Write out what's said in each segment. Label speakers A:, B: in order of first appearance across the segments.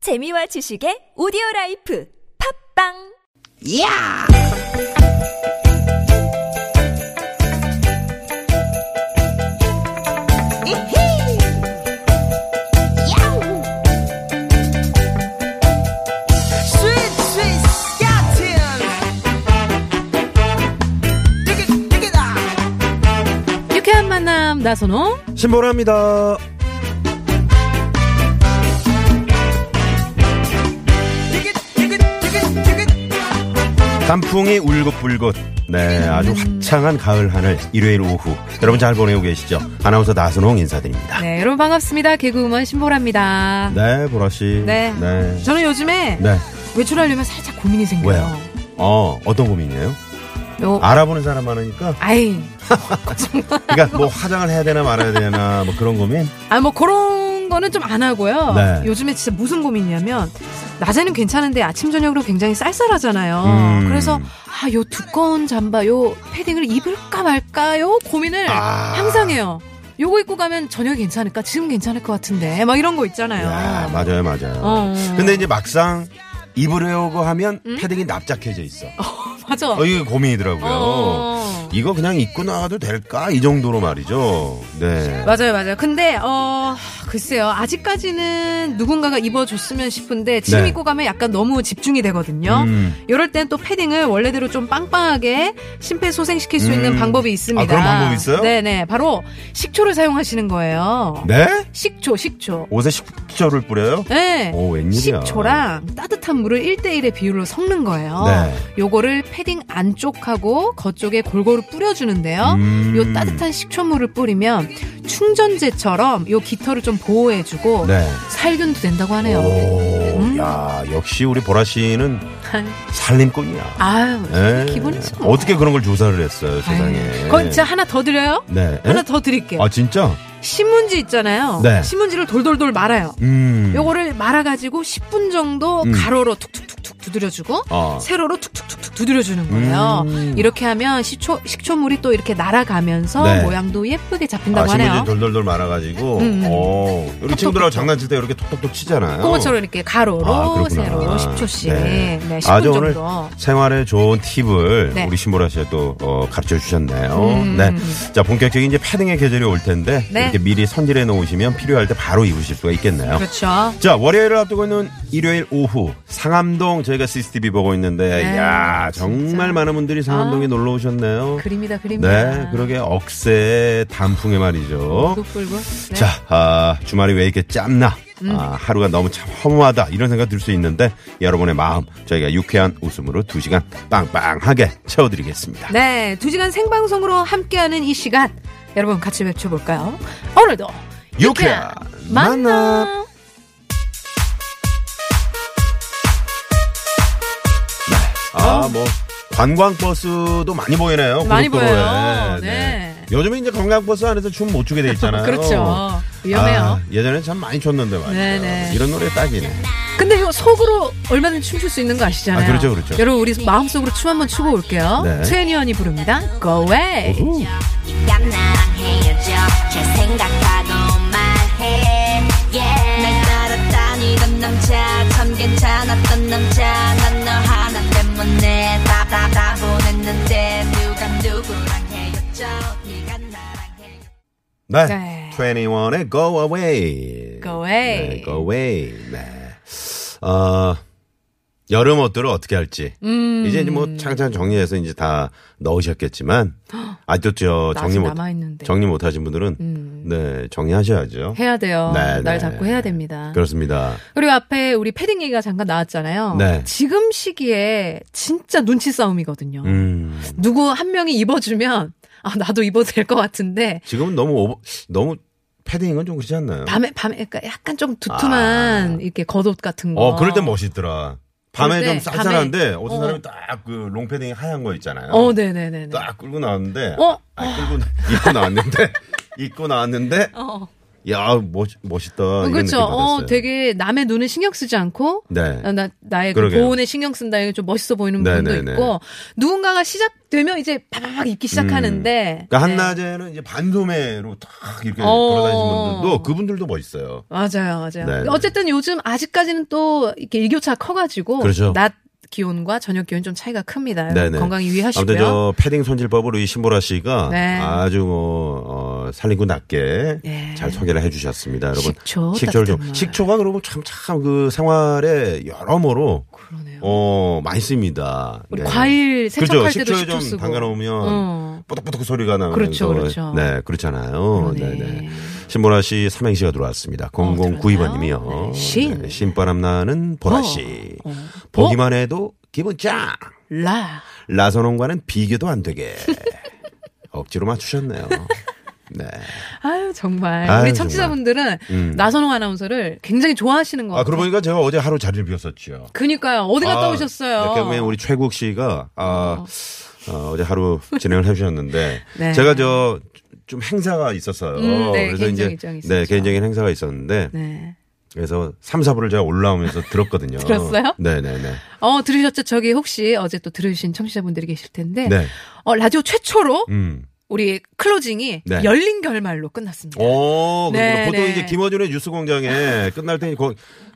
A: 재미와 지식의 오디오 라이프 팝빵
B: 야! 이히! 야우! 스윗, 스윗, 스캇틴! 띠깃, 띠깃아!
C: 유쾌한 만남 나선홍
D: 신보라입니다.
B: 띠깃, 띠깃, 띠깃, 띠깃!
D: 단풍이 울긋불긋. 네, 아주
C: 음.
D: 화창한 가을 하늘 일요일 오후. 여러분 잘 보내고 계시죠? 아나운서 나선홍 인사드립니다.
C: 네 여러분 반갑습니다 개그우먼 신보라입니다
D: 네, 보라 씨.
C: 네.
D: 네.
C: 저는 요즘에
D: 네.
C: 외출하려면 살짝 고민이 생겨요
D: 왜요? 어, 어떤 고민이에요?
C: 요-
D: 알아보는 사람 많으니까.
C: 아이
D: 그러니까 뭐 화장을 해야 되나 말아야 되나 뭐 그런 고민?
C: 아 뭐 그런 거는 좀 안 하고요
D: 네.
C: 요즘에 진짜 무슨 고민이냐면 낮에는 괜찮은데 아침 저녁으로 굉장히 쌀쌀하잖아요
D: 음.
C: 그래서 아 요 두꺼운 잠바 요 패딩을 입을까 말까 요 고민을
D: 아.
C: 항상 해요 요거 입고 가면 저녁에 괜찮을까 지금 괜찮을 것 같은데 막 이런 거 있잖아요
D: 야, 맞아요, 맞아요.
C: 어, 어.
D: 근데 이제 막상 입으려고 하면
C: 음?
D: 패딩이 납작해져 있어.
C: 맞아
D: 어, 이게 고민이더라고요.
C: 어.
D: 이거 그냥 입고 나가도 될까? 이 정도로 말이죠. 네.
C: 맞아요, 맞아요. 근데 어 글쎄요, 아직까지는 누군가가 입어줬으면 싶은데 지금
D: 네.
C: 입고 가면 약간 너무 집중이 되거든요.
D: 음.
C: 이럴 땐 또 패딩을 원래대로 좀 빵빵하게 심폐소생시킬 수
D: 음.
C: 있는 방법이 있습니다.
D: 아, 그런 방법이 있어요?
C: 네네, 바로 식초를 사용하시는 거예요.
D: 네?
C: 식초, 식초.
D: 옷에 식초를 뿌려요?
C: 네.
D: 오, 웬일이야.
C: 식초랑 따뜻한 물을 1대1의 비율로 섞는 거예요.
D: 네.
C: 요거를 패딩 안쪽하고 겉쪽에 골고루 뿌려주는데요.
D: 음.
C: 어? 요 따뜻한 식초물을 뿌리면 충전제처럼 요 깃털을 좀 보호해주고
D: 네.
C: 살균도 된다고 하네요.
D: 오,
C: 음.
D: 야, 역시 우리 보라 씨는 살림꾼이야.
C: 아유,
D: 네.
C: 기본이죠. 뭐.
D: 어떻게 그런 걸 조사를 했어요, 세상에.
C: 아유, 그건 진짜 하나 더 드려요?
D: 네.
C: 하나
D: 에?
C: 더 드릴게요.
D: 아, 진짜?
C: 신문지 있잖아요.
D: 네.
C: 신문지를 돌돌돌 말아요.
D: 음.
C: 요거를 말아가지고 10분 정도
D: 음.
C: 가로로 툭툭툭툭 두드려주고
D: 어.
C: 세로로 툭툭툭툭 두드려주는 거예요.
D: 음.
C: 이렇게 하면 식초, 식초물이 또 이렇게 날아가면서
D: 네.
C: 모양도 예쁘게
D: 아,
C: 잡힌다고 하네요.
D: 신문지 돌돌돌 말아가지고,
C: 음, 음.
D: 어, 우리 친구들하고 장난칠 때 이렇게 톡톡톡 치잖아요.
C: 꼬마처럼 이렇게 가로로
D: 아, 그렇구나.
C: 세로로 10초씩 네.
D: 네.
C: 10분
D: 아주
C: 정도
D: 오늘 생활에 좋은 팁을
C: 네.
D: 우리 신보라 씨가 또 어, 가르쳐 주셨네요.
C: 음.
D: 네. 자, 본격적인 이제 패딩의 계절이 올 텐데
C: 네.
D: 이렇게 미리 손질해 놓으시면 필요할 때 바로 입으실 수가 있겠네요.
C: 그렇죠
D: 자, 월요일을 앞두고 있는 일요일 오후 상암동 저희가 CCTV 보고 있는데
C: 네,
D: 야,
C: 진짜.
D: 정말 많은 분들이 상암동에
C: 아,
D: 놀러 오셨네요.
C: 그림이다 그림이다
D: 네, 그러게 억새 단풍에 말이죠.
C: 굴고 네.
D: 자, 아, 주말이 왜 이렇게 짧나? 아, 하루가 너무 참 허무하다. 이런 생각 들 수 있는데, 여러분의 마음, 저희가 유쾌한 웃음으로 두시간 빵빵하게 채워드리겠습니다.
C: 네, 두 시간 생방송으로 함께하는 이 시간 여러분 같이 외쳐볼까요 오늘도
D: 유쾌한 만남.
C: 만남
D: 아, 뭐, 관광버스도 많이 보이네요.
C: 어? 많이
D: 고속도로에.
C: 보여요. 네.
D: 요즘에 이제 관광버스 안에서 춤 못 추게 돼 있잖아요.
C: 그렇죠 위험해요
D: 아, 예전엔 참 많이 췄는데 말이죠.
C: 네네.
D: 이런 노래 딱이네.
C: 근데 요 속으로 얼마나 춤출 수 있는 거 아시잖아요
D: 아, 그렇죠, 그렇죠.
C: 여러분 우리 마음속으로 춤 한번 추고 올게요
D: 네.
C: 트애니언이 부릅니다 Go Away
D: 오호.
E: 난 나랑 헤어져 잘 생각하고 말해 yeah. 날 따라다니던 남자 참 괜찮았던 남자 난 너 하나 때문에 답답다 보냈는데 누가 누구랑 헤어져 네가 나랑 헤어져
D: 네.
C: 네.
D: 21의 Go Away.
C: Go Away.
D: 네, go Away. 네. 어, 여름 옷들을 어떻게 할지.
C: 음.
D: 이제 이제 뭐 창창 정리해서 이제 다 넣으셨겠지만. 아직도 저
C: 나 아직
D: 정리 못,
C: 남아있는데. 음.
D: 뭐 정리 못 하신 분들은. 네, 정리하셔야죠.
C: 해야 돼요
D: 네,
C: 날
D: 네.
C: 잡고 해야 됩니다
D: 그렇습니다.
C: 그리고 앞에 우리 패딩 얘기가 잠깐 나왔잖아요.
D: 네.
C: 지금 시기에 진짜 눈치 싸움이거든요.
D: 음.
C: 누구 한 명이 입어주면 아 나도 입어도 될 것 같은데
D: 지금은 너무 오버, 너무 패딩은 좀 그렇지 않나요?
C: 밤에 밤에 그러니까 약간- 약간 좀 두툼한 이렇게 겉옷 같은 거.
D: 아. 어, 그럴 땐 멋있더라. 밤에
C: 그럴
D: 좀
C: 때
D: 쌀쌀한데 어떤
C: 어.
D: 사람이 딱 그 롱패딩 하얀 거 있잖아요.
C: 어, 네네네네.
D: 딱 끌고 나왔는데
C: 어?
D: 아, 끌고 나- 입고 나왔는데 입고 나왔는데
C: 어.
D: 야, 멋, 멋있다. 이런
C: 그렇죠.
D: 느낌 받았어요.
C: 어, 되게 남의 눈을 신경 쓰지 않고
D: 네.
C: 어, 나, 나의 그
D: 그러게요.
C: 보온에 신경 쓴다. 이게 좀 멋있어 보이는
D: 네,
C: 분도
D: 네, 네.
C: 있고 누군가가 시작되면 이제 바바박 입기 시작하는데
D: 그러니까
C: 네.
D: 한낮에는 이제 반소매로 탁 이렇게
C: 어.
D: 돌아다니는 분들도 그분들도 멋있어요.
C: 맞아요, 맞아요.
D: 네.
C: 어쨌든 요즘 아직까지는 또 이렇게 일교차 커가지고
D: 그렇죠.
C: 낮 기온과 저녁 기온 좀 차이가 큽니다.
D: 네, 네.
C: 건강
D: 아무튼
C: 유의하시고요.
D: 저 패딩 손질법으로 이 신보라 씨가
C: 네.
D: 아주 뭐 어, 살림구 낮게
C: 예.
D: 잘 소개를 해주셨습니다, 여러분.
C: 식초,
D: 식초를 좀
C: 따뜻한 물.
D: 식초가 그러고 참 참 그 생활에 여러모로
C: 그러네요.
D: 어 많이 씁니다.
C: 우리
D: 네.
C: 과일 세척할
D: 그렇죠.
C: 때도
D: 식초에
C: 식초
D: 좀
C: 쓰고.
D: 담가놓으면
C: 어.
D: 뽀득뽀득 소리가 나면서
C: 그렇죠, 그렇죠.
D: 네 그렇잖아요.
C: 그러네.
D: 네네. 신보라 씨 삼행시가 들어왔습니다.
C: 들어왔나요?
D: 0092번님이요.
C: 네, 신. 어.
D: 신바람 나는 보라 씨. 보기만 해도 기분 짱.
C: 라.
D: 라선홍과는 비교도 안 되게 억지로 맞추셨네요.
C: 어,
D: 네.
C: 아유 정말
D: 아유, 음.
C: 우리 청취자분들은 나선홍 아나운서를 굉장히 좋아하시는 것
D: 아
C: 같아요.
D: 그러고 보니까 제가 어제 하루 자리를 비웠었죠.
C: 그니까요. 어디 갔다
D: 아,
C: 오셨어요?
D: 결국에 우리 최국 씨가 아, 어, 어제 하루 진행을 해주셨는데
C: 네.
D: 제가 저 좀 행사가 있었어요.
C: 음, 네,
D: 그래서
C: 개인적인
D: 이제
C: 일정이
D: 네
C: 있었죠.
D: 개인적인 행사가 있었는데
C: 네.
D: 그래서 3, 4부를 제가 올라오면서 들었거든요.
C: 들었어요?
D: 네네네.
C: 어 들으셨죠? 저기 혹시 어제 또 들으신 청취자분들이 계실 텐데
D: 네.
C: 어 라디오 최초로
D: 음.
C: 우리 클로징이
D: 네. 어,
C: 열린 결말로 끝났습니다.
D: 오, 그렇구나.
C: 네,
D: 보통
C: 네.
D: 이제 김어준의 뉴스공장에 끝날 때 거-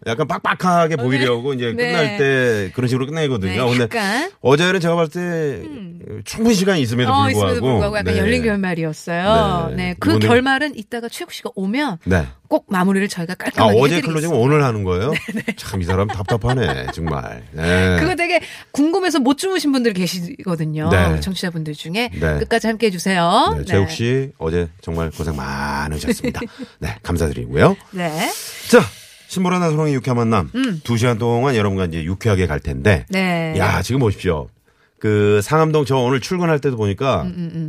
D: 약간 빡빡하게 보이려고 이제
C: 어, 네.
D: 끝날 때 그런 식으로 끝내거든요.
C: 네,
D: 근데
C: 약간 음.
D: 어제는 제가 봤을 때 충분히 시간이 있음에도
C: 어,
D: 불구하고,
C: 있음에도 불구하고 약간
D: 네.
C: 열린 결말이었어요.
D: 네.
C: 네, 그
D: 오늘-
C: 결말은 이따가 최욱 씨가 오면
D: 네.
C: 꼭 마무리를 저희가
D: 아,
C: 깔끔하게
D: 어제
C: 해드리겠습니다. 네,
D: 클로징 오늘 하는 거예요? 참 이 사람 답답하네, 정말. 네.
C: 그거 되게 궁금해서 못 주무신 분들 계시거든요.
D: 네.
C: 청취자분들 중에
D: 네.
C: 끝까지 함께 해주세요.
D: 네, 재욱 씨 어제 정말 고생 많으셨습니다. 네, 감사드리고요.
C: 네.
D: 자, 신보라나 소롱의 유쾌한 만남. 두 시간 동안 여러분과 이제 유쾌하게 갈 텐데.
C: 음. 네.
D: 야, 지금 보십시오. 그 상암동 저 오늘 출근할 때도 보니까
C: 음,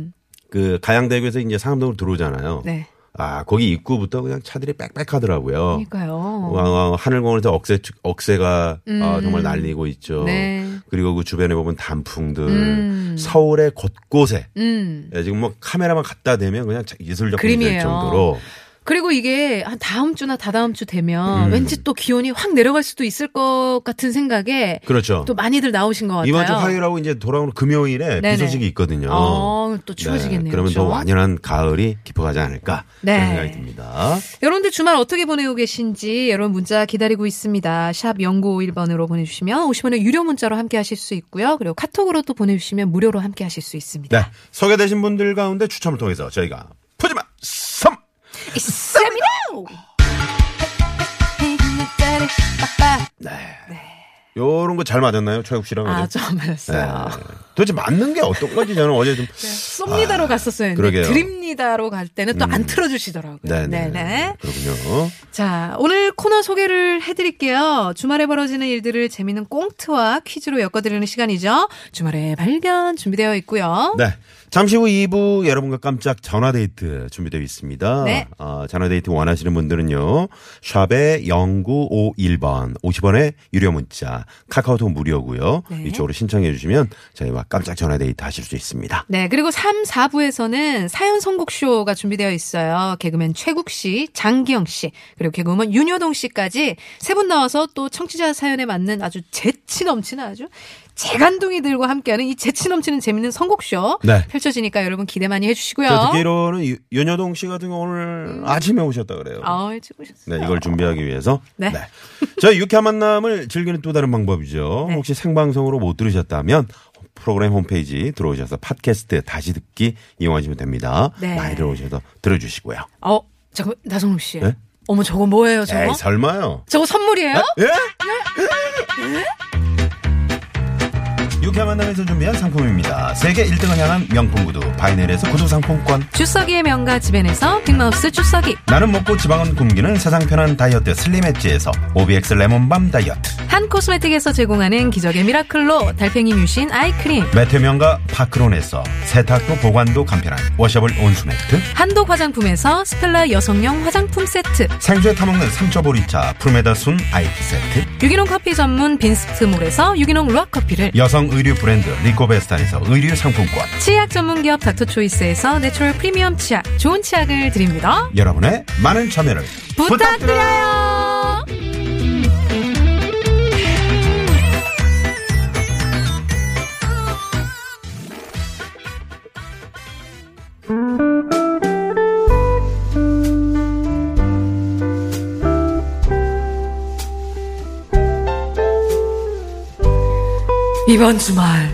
D: 그 가양대교에서 이제 상암동으로 들어오잖아요.
C: 네.
D: 아, 거기 입구부터 그냥 차들이 빽빽하더라고요.
C: 그러니까요.
D: 와, 와, 하늘공원에서 억새, 축- 억새가 아, 정말 날리고 있죠.
C: 음. 네.
D: 그리고 그 주변에 보면 단풍들, 서울의 곳곳에
C: 음.
D: 예, 지금 뭐 카메라만 갖다 대면 그냥 자- 예술적 그림이 될
C: 그림이에요.
D: 정도로
C: 그리고 이게 한 다음 주나 다다음 주 되면 왠지 또 기온이 확 내려갈 수도 있을 것 같은 생각에
D: 그렇죠.
C: 또 많이들 나오신 것 같아요.
D: 이번 주 화요일하고 이제 돌아오는 금요일에
C: 네네.
D: 비 소식이 있거든요.
C: 어, 또 추워지겠네요,
D: 그러면
C: 그죠?
D: 더 완연한 가을이 깊어가지 않을까
C: 네.
D: 그런 생각이 듭니다.
C: 여러분들 주말 어떻게 보내고 계신지 여러분 문자 기다리고 있습니다. 샵 0951번으로 보내주시면 50원의 유료 문자로 함께 하실 수 있고요. 그리고 카톡으로 또 보내주시면 무료로 함께 하실 수 있습니다.
D: 네. 소개되신 분들 가운데 추첨을 통해서 저희가 푸짐한 선
C: 있습니다!
D: 요런 거 잘 맞았나요? 최욱 씨랑
C: 아,
D: 어제?
C: 저 맞았어요. 네.
D: 네. 도대체 맞는 게 어떤 건지 저는 어제 좀
C: 쏩니다로
D: 아,
C: 갔었어야 했는데
D: 그러게요. 음.
C: 드립니다로 갈 때는 또 안 틀어주시더라고요.
D: 네네.
C: 네네.
D: 그렇군요.
C: 자, 오늘 코너 소개를 해드릴게요. 주말에 벌어지는 일들을 재미있는 꽁트와 퀴즈로 엮어드리는 시간이죠. 주말에 발견 준비되어 있고요.
D: 네. 잠시 후 2부 여러분과 깜짝 전화데이트 준비되어 있습니다.
C: 네.
D: 어, 전화데이트 원하시는 분들은요. 샵에 0951번 50원의 유료 문자 카카오톡 무료고요.
C: 네.
D: 이쪽으로 신청해 주시면 저희와 깜짝 전화데이트 하실 수 있습니다.
C: 네, 그리고 3, 4부에서는 사연 선곡쇼가 준비되어 있어요. 개그맨 최국 씨, 장기영 씨, 그리고 개그우먼 윤효동 씨까지 세 분 나와서 또 청취자 사연에 맞는 아주 재치 넘치는 아주 재간둥이들과 함께하는 이 재치 넘치는 재밌는 선곡쇼
D: 네.
C: 펼쳐지니까 여러분 기대 많이 해주시고요.
D: 제가 듣기로는 유- 윤여동 씨 같은 경우 오늘 아침에 오셨다 그래요.
C: 아, 일찍 오셨어요.
D: 네, 이걸 준비하기 위해서.
C: 네.
D: 저희 유쾌한 만남을 즐기는 또 다른 방법이죠.
C: 네.
D: 혹시 생방송으로 못 들으셨다면 프로그램 홈페이지 들어오셔서 팟캐스트 다시 듣기 이용하시면 됩니다.
C: 네.
D: 많이 들어오셔서 들어주시고요.
C: 어, 잠깐 나성욱 씨.
D: 네?
C: 어머 저거 뭐예요, 저거?
D: 에이, 설마요.
C: 저거 선물이에요?
D: 예? 유쾌한 만남에서 준비한 상품입니다. 세계 1등을 향한 명품 구두 바이넬에서 구두 상품권.
C: 주석이의 명가 집엔에서 빅마우스 주석이
D: 나는 먹고 지방은 굶기는 세상 편한 다이어트 슬림엣지에서 오비엑스 레몬밤 다이어트.
C: 한 코스메틱에서 제공하는 기적의 미라클로 달팽이 뮤신 아이크림
D: 매태명과 파크론에서 세탁도 보관도 간편한 워셔블 온수매트
C: 한독 화장품에서 스펠라 여성용 화장품 세트
D: 생수에 타먹는 삼초보리차 푸르메다 순 아이티 세트
C: 유기농 커피 전문 빈스트몰에서 유기농 루아커피를
D: 여성 의류 브랜드 리코베스탄에서 의류 상품권
C: 치약 전문 기업 닥터초이스에서 내추럴 프리미엄 치약 좋은 치약을 드립니다
D: 여러분의 많은 참여를
C: 부탁드려요 이번 주말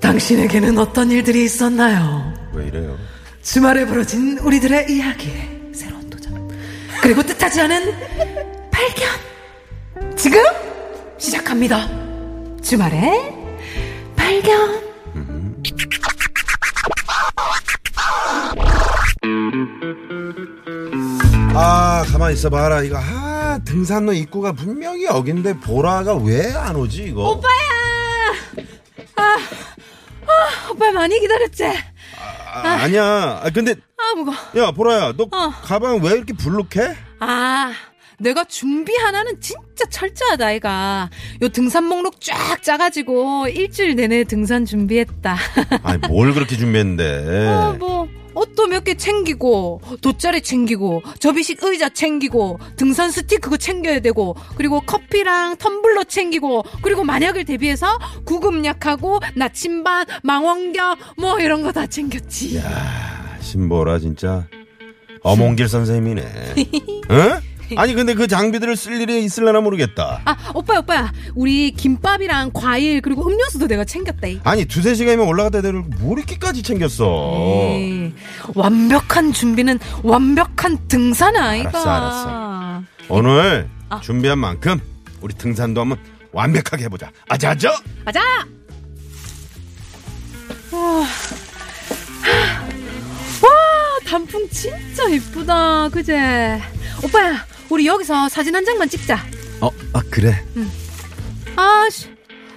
C: 당신에게는 어떤 일들이 있었나요?
D: 왜 이래요
C: 주말에 벌어진 우리들의 이야기에 새로운 도전 그리고 뜻하지 않은 발견 지금 시작합니다 주말에 발견
D: 아 가만 있어 봐라 이거 아 등산로 입구가 분명히 여긴데 보라가 왜 안 오지 이거
C: 아, 오빠 많이 기다렸지?
D: 아, 니야 아, 근데
C: 아 무거
D: 야 보라야 너
C: 어.
D: 가방 왜 이렇게 불룩해?
C: 아 내가 준비 하나는 진짜 철저하다 이가 요 등산 목록 쫙 짜가지고 일주일 내내 등산 준비했다
D: 아니 뭘 그렇게 준비했는데
C: 어, 뭐 옷도 몇 개 챙기고 돗자리 챙기고 접이식 의자 챙기고 등산 스틱 그거 챙겨야 되고 그리고 커피랑 텀블러 챙기고 그리고 만약을 대비해서 구급약하고 나침반 망원경 뭐 이런 거 다 챙겼지
D: 신보라 진짜 어몽길 선생님이네. 응? 아니 근데 그 장비들을 쓸 일이 있을려나 모르겠다.
C: 아 오빠 오빠야 우리 김밥이랑 과일 그리고 음료수도 내가 챙겼다 이.
D: 아니 두세 시간이면 올라갔다 내려올 뭘 이렇게까지 챙겼어.
C: 에이, 예. 완벽한 준비는 완벽한 등산 아이가
D: 알았어, 알았어. 오늘
C: 아.
D: 준비한 만큼 우리 등산도 한번 완벽하게 해보자. 아자아자.
C: 가자. 와, 와, 단풍 진짜 이쁘다, 그제? 오빠야, 우리 여기서 사진 한 장만 찍자.
D: 어, 아 그래.
C: 음. 아, 씨.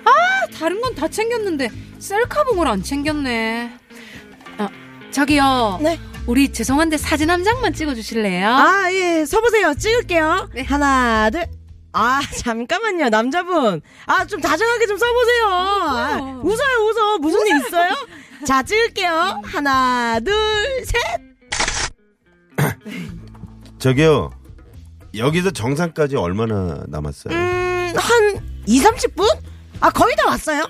C: 아, 다른 건 다 챙겼는데 셀카봉을 안 챙겼네. 아, 저기요.
F: 네.
C: 우리 죄송한데 사진 한 장만 찍어주실래요?
F: 아, 예, 서보세요. 찍을게요.
C: 네.
F: 하나, 둘. 아, 잠깐만요, 남자분. 아, 좀 다정하게 좀 써보세요. 아,
C: 웃어요.
F: 웃어요, 웃어. 무슨 일 있어요? 자, 찍을게요. 하나, 둘, 셋.
D: 저기요. 여기서 정상까지 얼마나 남았어요?
F: 음, 한 2, 30분? 아, 거의 다 왔어요.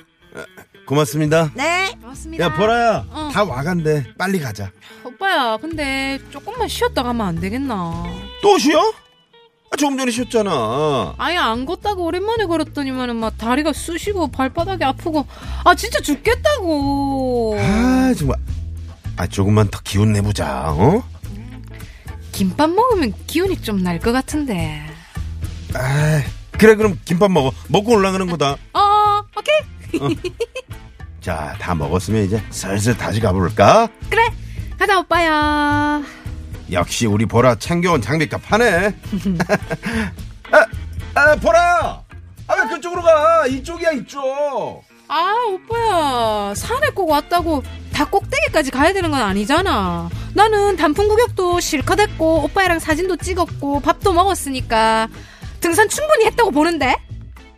D: 고맙습니다.
F: 네.
C: 고맙습니다.
D: 야 보라야
C: 어.
D: 다 와간대. 빨리 가자.
C: 오빠야, 근데 조금만 쉬었다 가면 안 되겠나?
D: 또 쉬어? 아, 조금 전에 쉬었잖아.
C: 아예 안 걷다가 오랜만에 걸었더니만은 막 다리가 쑤시고 발바닥이 아프고 아 진짜 죽겠다고
D: 아 정말 아 조금만 더 기운 내보자 어?
C: 김밥 먹으면 기운이 좀 날 것 같은데
D: 아 그래 그럼 김밥 먹어 먹고 올라가는 거다
C: 어 오케이
D: 자 다 먹었으면 이제 슬슬 다시 가볼까?
C: 그래 가자 오빠야
D: 역시 우리 보라 챙겨온 장비값 하네 아, 아 보라 아 왜 그쪽으로 가 이쪽이야 이쪽
C: 아 오빠야 산에 꼭 왔다고 다 꼭대기까지 가야 되는 건 아니잖아 나는 단풍 구경도 실컷 했고 오빠랑 사진도 찍었고 밥도 먹었으니까 등산 충분히 했다고 보는데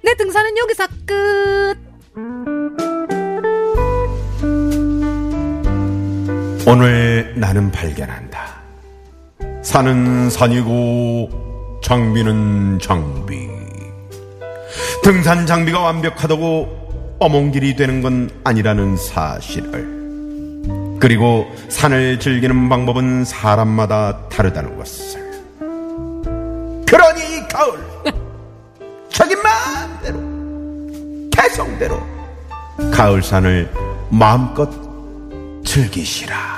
C: 내 등산은 여기서 끝
D: 오늘 나는 발견한다. 산은 산이고 장비는 장비. 등산 장비가 완벽하다고 어몽길이 되는 건 아니라는 사실을. 그리고 산을 즐기는 방법은 사람마다 다르다는 것을. 그러니 가을 자기 마음대로 개성대로 가을산을 마음껏 즐기시라.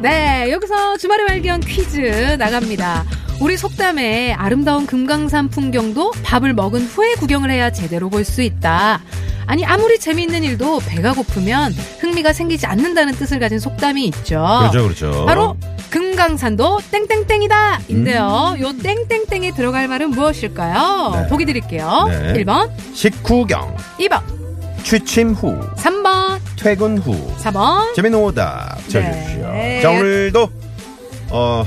C: 네, 여기서 주말의 발견 퀴즈 나갑니다. 우리 속담에 아름다운 금강산 풍경도 밥을 먹은 후에 구경을 해야 제대로 볼 수 있다. 아니, 아무리 재미있는 일도 배가 고프면 흥미가 생기지 않는다는 뜻을 가진 속담이 있죠.
D: 그렇죠, 그렇죠.
C: 바로 금강산도 땡땡땡이다! 인데요. 요 땡땡땡에 들어갈 말은 무엇일까요?
D: 음. 네.
C: 보기 드릴게요.
D: 네.
C: 1번,
D: 식후경,
C: 2번,
D: 취침 후,
C: 3번,
D: 퇴근 후.
C: 4번.
D: 재미는 오답 찾아주십시오.
C: 네.
D: 자, 오늘도, 어,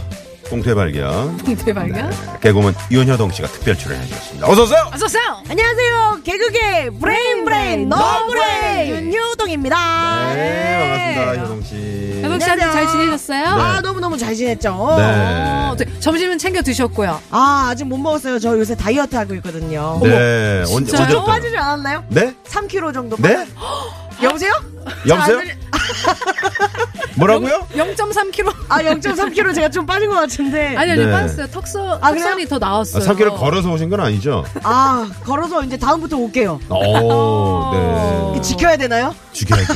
D: 공태 발견.
C: 대박이야.
D: 네. 개그맨 윤효동 씨가 특별 출연해주셨습니다. 어서오세요!
C: 어서오세요!
D: 네.
F: 안녕하세요. 개그계 브레인 브레인 너 브레인 윤효동입니다.
D: 네, 반갑습니다, 효동 씨.
C: 여동 씨한테 잘
F: 안녕하세요.
C: 지내셨어요?
F: 아 너무 너무 잘 지냈죠.
D: 네.
C: 어, 저- 점심은 챙겨 드셨고요.
F: 아 아직 못 먹었어요. 저 요새 다이어트 하고 있거든요.
D: 네, 언제,
C: 진짜요?
D: 언제
F: 좀
D: 어떤-
F: 빠지지 않았나요?
D: 네?
F: 3kg 정도.
D: 네?
F: 여보세요?
D: 여보세요? 뭐라고요?
C: 0.3kg.
F: 아 0.3kg 제가 좀 빠진 것 같은데.
C: 아니, 아니,
D: 네.
C: 빠졌어요. 턱선,
F: 아, 그래요?
C: 턱선이 더
D: 아,
C: 나왔어요.
D: 3km 걸어서 오신 건 아니죠?
F: 아 걸어서 이제 다음부터 올게요.
D: 오, 네.
F: 지켜야 되나요?
D: 죽여야죠.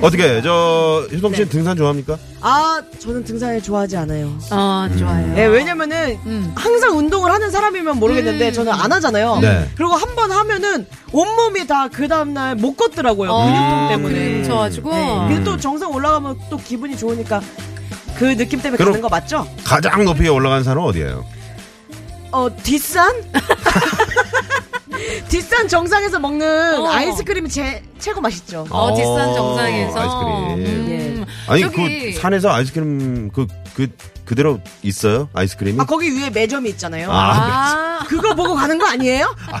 D: 어떻게, 저, 효동
C: 네.
D: 씨는 등산 좋아합니까?
F: 아 저는 등산을 좋아하지 않아요.
C: 어, 좋아요.
F: 네, 왜냐면은
C: 음.
F: 항상 운동을 하는 사람이면 모르겠는데
C: 음.
F: 저는 안 하잖아요.
D: 네.
F: 그리고 한 번 하면은 온몸이 다 그 다음날 못 걷더라고요.
D: 음.
F: 근육통 때문에.
C: 어, 그래가지고. 음,
F: 네. 근데 또 정상 올라가면 또 기분이 좋으니까 그 느낌 때문에
D: 그럼-
F: 가는 거 맞죠?
D: 가장 높이 올라간 산은 어디예요?
F: 어, 뒷산? 뒷산 정상에서 먹는
C: 어.
F: 아이스크림이 제, 최고 맛있죠.
C: 어, 뒷산
D: 아,
C: 정상에서.
D: 아이스크림.
C: 음.
D: 아니
C: 저기-
D: 그 산에서 아이스크림 그 그 그대로 있어요? 아이스크림이?
C: 그
F: 아, 거기 위에 매점이 있잖아요.
D: 아,
C: 아,
F: 그거 보고 가는 거 아니에요?
D: 아,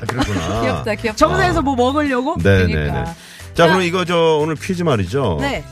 D: 그렇구나.
C: 귀엽다, 귀엽다.
F: 정상에서 뭐 먹으려고?
D: 네, 네,
C: 그러니까.
D: 네. 자, 그럼 이거 저 오늘 퀴즈 말이죠.
F: 네.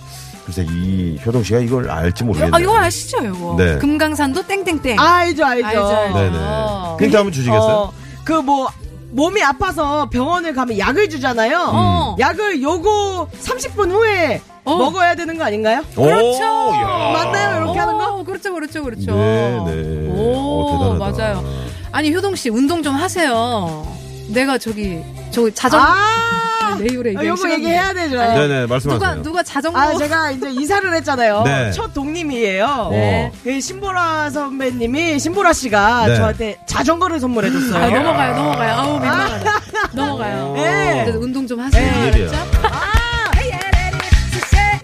D: 글쎄 이 효동 씨가 이걸 알지 모르겠네요.
C: 아, 이거 아시죠, 이거?
D: 네.
C: 금강산도 땡땡땡.
F: 알죠, 알죠.
C: 알죠.
D: 네, 네.
C: 어.
D: 힌트 한번 주시겠어요?
F: 그 뭐 몸이 아파서 병원을 가면 약을
D: 음.
F: 주잖아요.
C: 어.
F: 약을 요거 30분 후에
C: 어.
F: 먹어야 되는 거 아닌가요?
D: 오,
C: 그렇죠.
D: 야.
F: 맞나요, 이렇게? 하는 거?
C: 오, 그렇죠, 그렇죠, 그렇죠.
D: 네, 네.
C: 오,
D: 어, 대단하다.
C: 맞아요. 아니, 효동 씨, 운동 좀 하세요. 내가 저기, 저 자전거.
F: 아,
C: 내일에
F: 아, 요거
C: 시간이-
F: 얘기해야 되죠.
D: 네, 네,
C: 누가,
D: 말씀하세요.
C: 누가 자전거.
F: 아, 제가 이제 이사를 했잖아요.
D: 네.
F: 첫 독님이에요.
D: 네.
F: 그 신보라 선배님이 신보라 씨가
D: 네.
F: 저한테 자전거를
C: 아,
F: 선물해줬어요.
C: 넘어가요, 넘어가요. 아우, 민망하네. 넘어가요.
F: 예.
C: 근데 운동 좀 하세요.
F: 네.
D: 웬일이야.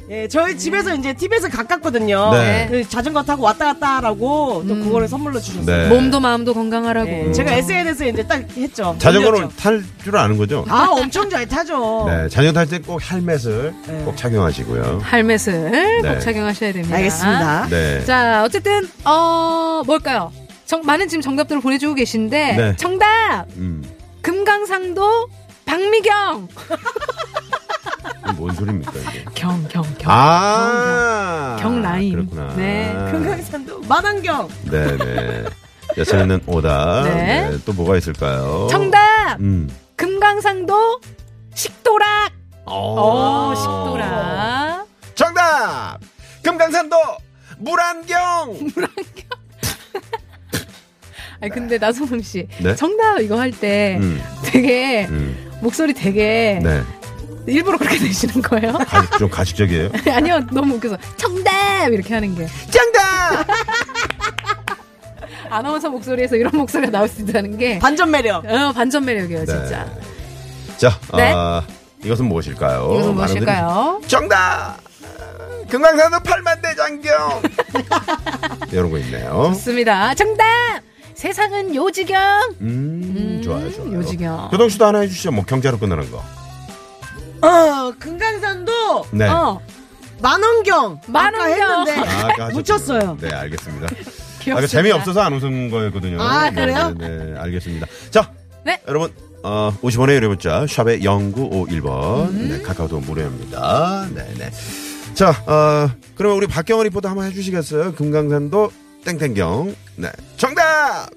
F: 예, 저희 집에서 이제 TV에서 가깝거든요.
D: 네.
F: 그 자전거 타고 왔다 갔다 하라고
C: 음.
F: 또 그거를 선물로 주셨어요.
D: 네.
C: 몸도 마음도 건강하라고.
F: 예, 제가 SNS에 이제 딱 했죠.
D: 자전거를
F: 올렸죠.
D: 탈 줄 아는 거죠?
F: 아 엄청 잘 타죠.
D: 네, 자전거 탈 때 꼭 헬멧을
F: 네.
D: 꼭 착용하시고요.
C: 할met을
D: 네.
C: 꼭 착용하셔야 됩니다. 아.
F: 알겠습니다.
D: 네.
C: 자, 어쨌든 어 뭘까요? 정, 많은 지금 정답들을 보내주고 계신데
D: 네.
C: 정답
D: 음.
C: 금강상도 박미경
D: 이게 뭔 소리입니까 이게?
C: 경 경 경.
D: 아,
C: 경, 경. 경 라임.
D: 그렇구나.
C: 네,
F: 금강산도 만안경.
D: 네네. 여차에는 오다.
C: 네.
D: 네. 또 뭐가 있을까요?
C: 정답
D: 음.
C: 금강상도 식도락.
D: 어,
C: 어 식도락.
D: 정답! 금강산도 물안경!
C: 아니 근데 나소영 씨
D: 네?
C: 정답 이거 할 때
D: 음,
C: 되게
D: 음.
C: 목소리 되게
D: 네. 아.
C: 일부러 그렇게 내시는 거예요?
D: 가식, 좀 가식적이에요.
C: 아니요 너무 웃겨서 정답 이렇게 하는 게
D: 정답!
C: 네. 아나운서 목소리에서 이런 목소리가 나올 수 있다는 게
F: 반전 매력.
C: 어, 반전 매력이에요
D: 네.
C: 진짜.
D: 자,
C: 네?
D: 아, 이것은 무엇일까요?
C: 이것은
D: 어, 많은 분들이
C: 무엇일까요?
D: 정답! 금강산도 팔만대장경! 이런 거 있네요.
C: 좋습니다. 정답! 세상은 요지경!
D: 음, 좋아요, 좋아요.
C: 요지경.
D: 교동 씨도 하나 해주시죠. 뭐 경제로 끝나는 거.
F: 어 금강산도
D: 네.
C: 어,
F: 만원경.
C: 만원경.
F: 아까 했는데.
D: 아, 아까 하셨군요.
F: 묻혔어요.
D: 네, 알겠습니다.
C: 귀엽습니다.
D: 아, 그 재미없어서 안 웃은 거였거든요.
F: 아, 그래요?
D: 네, 네, 알겠습니다. 자,
C: 네.
D: 여러분, 어, 50원의 유료 문자, 샵의 0951번, 네, 카카오톡 무료입니다. 네, 네. 자, 어, 그러면 우리 박경원 리포터 한번 해주시겠어요? 금강산도 땡땡경. 네, 정답!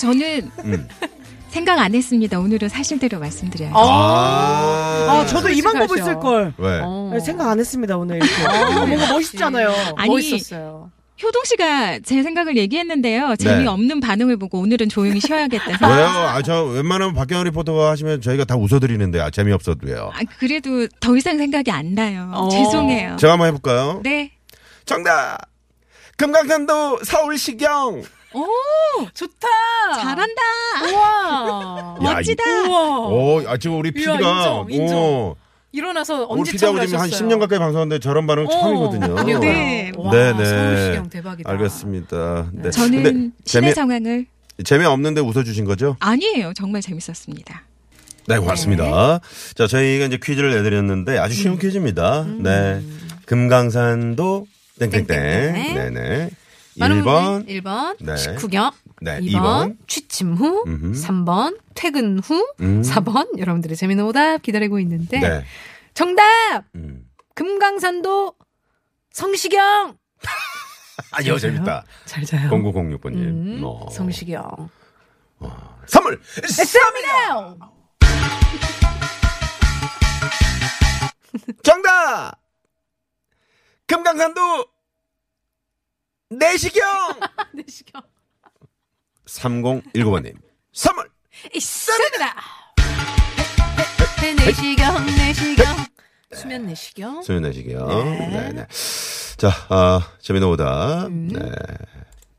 G: 저는
D: 음.
G: 생각 안 했습니다. 오늘은 사실대로 말씀드려요.
C: 어,
D: 아,
F: 아 저도 이 방법
C: 솔직하셔.
F: 있을 걸.
D: 왜?
C: 어. 아,
F: 생각 안 했습니다 오늘 이렇게. 어, 뭔가 멋있잖아요.
G: 아니,
C: 멋있었어요.
G: 효동 씨가 제 생각을 얘기했는데요. 재미없는 반응을 보고 오늘은 조용히 쉬어야겠다. 생각-
D: 네. 왜요? 아, 저 웬만하면 박경원 리포터가 하시면 저희가 다 웃어드리는데, 아, 재미없어도요.
G: 아, 그래도 더 이상 생각이 안 나요.
C: 어.
G: 죄송해요.
D: 제가 한번 해볼까요?
G: 네.
D: 정답! 금강산도 서울시경!
C: 오, 좋다!
G: 잘한다.
C: 우와!
D: 야,
G: 멋지다.
C: 우와!
D: 오, 아, 지금 우리 PD가.
C: 인정, 인정. 일어나서
D: 우리
C: 언제
D: 피디하고 지금 한 10년 가까이 방송하는데 저런 반응 처음이거든요.
C: 네.
G: 네.
C: 와,
D: 네네.
C: 서울시경 대박이다.
D: 알겠습니다. 네.
G: 저는
D: 재미
G: 신의 상황을
D: 재미없는데 웃어주신 거죠?
G: 아니에요. 정말 재밌었습니다.
D: 네, 음. 고맙습니다. 자, 저희가 이제 퀴즈를 내드렸는데 아주 쉬운 퀴즈입니다. 네. 금강산도 땡땡땡.
C: 땡땡땡.
D: 네네.
C: 많은 분들이
D: 1번.
C: 1번
D: 네.
C: 식후경
D: 네,
C: 2번,
D: 이번.
C: 취침 후
D: 음흠.
C: 3번 퇴근 후
D: 음.
C: 4번 여러분들의 재미있는 오답 기다리고 있는데
D: 네.
C: 정답
D: 음.
C: 금강산도 성시경
D: 아, 이거 재밌다.
C: 잘 자요
D: 0906번님. 어.
C: 음,
D: 뭐.
C: 성시경
D: 선물! 정답! 금강산도 내시경!
C: 네, 내시경
D: 3019번님. 선물!
C: 있습니다 네, 내시경 내시경 수면 네, 내시경
D: 소윤 내시경.
C: 네.
D: 네, 네. 자, 아, 재미난 오답.
C: 음.
D: 네.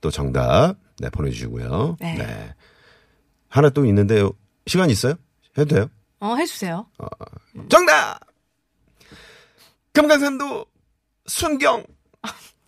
D: 또 정답. 네, 보내주시고요.
C: 네.
D: 네. 하나 또 있는데, 요 시간 있어요? 해도 돼요?
C: 어 해주세요
D: 정답! 금강산도 순경!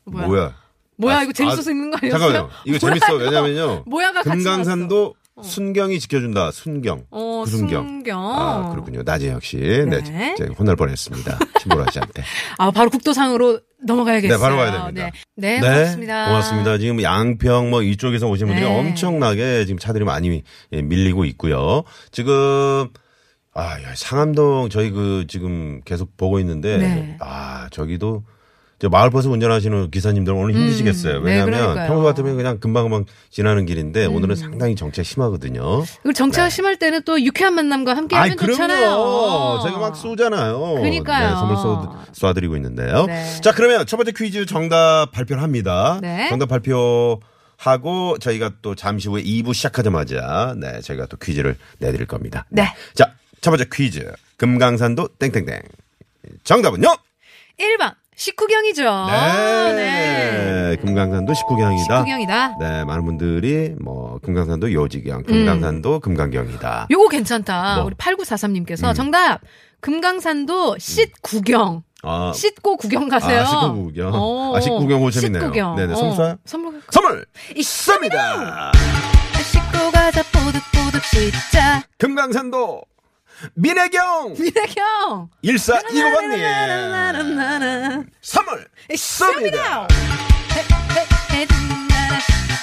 C: 뭐야 뭐야,
D: 뭐야? 아,
C: 이거 재밌어서
D: 아,
C: 읽는 거 아니었어요?
D: 잠깐만요. 이거
C: 뭐야,
D: 재밌어.
C: 이거.
D: 왜냐면요.
C: 모야가 같이
D: 금강산도 순경이 지켜준다. 순경.
C: 어,
D: 구순경.
C: 순경.
D: 아, 그렇군요. 낮에 역시. 네.
C: 네.
D: 제가 혼날 뻔했습니다. 신보라 씨한테.
C: 아, 바로 국도상으로 넘어가야겠어요.
D: 네, 바로 가야 됩니다.
C: 네, 네, 고맙습니다.
D: 고맙습니다. 지금 양평 뭐 이쪽에서 오신 분들이
C: 네.
D: 엄청나게 지금 차들이 많이 예, 밀리고 있고요. 지금 아, 야, 상암동 저희 그 지금 계속 보고 있는데
C: 네.
D: 아, 저기도 저 마을버스 운전하시는 기사님들 오늘 힘드시겠어요.
C: 네,
D: 왜냐하면
C: 그러니까요. 음.
D: 평소 같으면 그냥 금방금방 지나는 길인데 오늘은 상당히 정체 심하거든요.
C: 그리고 정체가 심할 때는 또 유쾌한 만남과 함께하면
D: 네. 아이,
C: 좋잖아요.
D: 제가 막 쏘잖아요.
C: 그러니까요.
D: 네, 선물 쏘, 쏴드리고 있는데요.
C: 네.
D: 자, 그러면 첫 번째 퀴즈 정답 발표를 합니다.
C: 네.
D: 정답 발표하고 저희가 또 잠시 후에 2부 시작하자마자 네, 저희가 또 퀴즈를 내드릴 겁니다.
C: 네.
D: 자, 첫 번째 퀴즈. 금강산도 땡땡땡. 정답은요?
C: 1번 식후경이죠. 아, 네.
D: 금강산도 식후경이다.
C: 식후경이다.
D: 네, 많은 분들이 뭐 금강산도 요지경, 금강산도 금강경이다.
C: 음. 요거 괜찮다.
D: 뭐? 음.
C: 우리 8943님께서 정답 금강산도 씻구경.
D: 아,
C: 씻고 구경 가세요.
D: 아, 씻고 구경.
C: 어.
D: 아, 씻고 구경 오, 재밌네요.
C: 씻구경.
D: 네네, 선물
C: 어.
D: 쏴요?
C: 선물
D: 선물
C: 있습니다.
D: 있습니다.
C: 씻고 가자 보득보득 씻자.
D: 금강산도 민혜경
C: 민혜경.
D: 1425번님 선물 있습니다.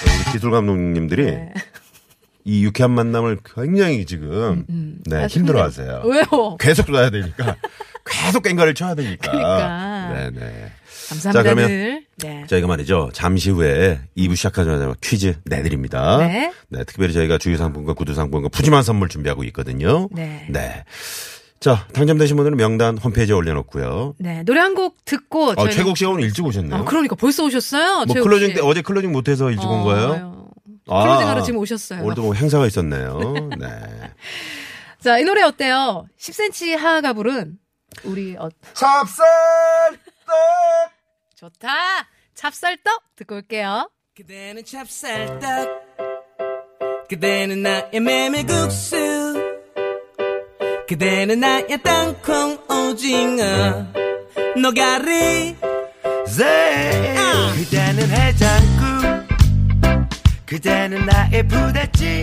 D: 우리 기술 감독님들이
C: 네.
D: 이 유쾌한 만남을 굉장히 지금 네, 힘들어하세요.
C: 음, 아, 왜요?
D: 계속 놔야 되니까 계속 깽가를 쳐야 되니까.
C: 그러니까.
D: 네네.
C: 감사합니다.
D: 자, 그러면
C: 늘. 네.
D: 저희가 말이죠. 잠시 후에 2부 시작하자마자 퀴즈 내드립니다.
C: 네.
D: 특별히 저희가 주유상품과 구두상품과 푸짐한 선물 준비하고 있거든요.
C: 네.
D: 자, 당첨되신 분들은 명단 홈페이지에 올려놓고요.
C: 네, 노래 한 곡 듣고
D: 아,
C: 저희는-
D: 최국 씨가 오늘 일찍 오셨네요.
C: 아, 그러니까 벌써 오셨어요?
D: 뭐
C: 최국
D: 클로징
C: 씨.
D: 때 어제 클로징 못해서 일찍 온
C: 어,
D: 거예요?
C: 아유. 클로징하러 지금 오셨어요.
D: 오늘도 뭐 행사가 있었네요. 네.
C: 자, 이 노래 어때요? 10cm 하하가 부른 우리 어
D: 찹쌀떡
C: 좋다. 찹쌀떡 듣고 올게요.
B: 그대는 찹쌀떡 그대는 나의 메밀국수 그대는 나의 땅콩 오징어 노가리
H: 그대는 해장국 그대는 나의 부대찌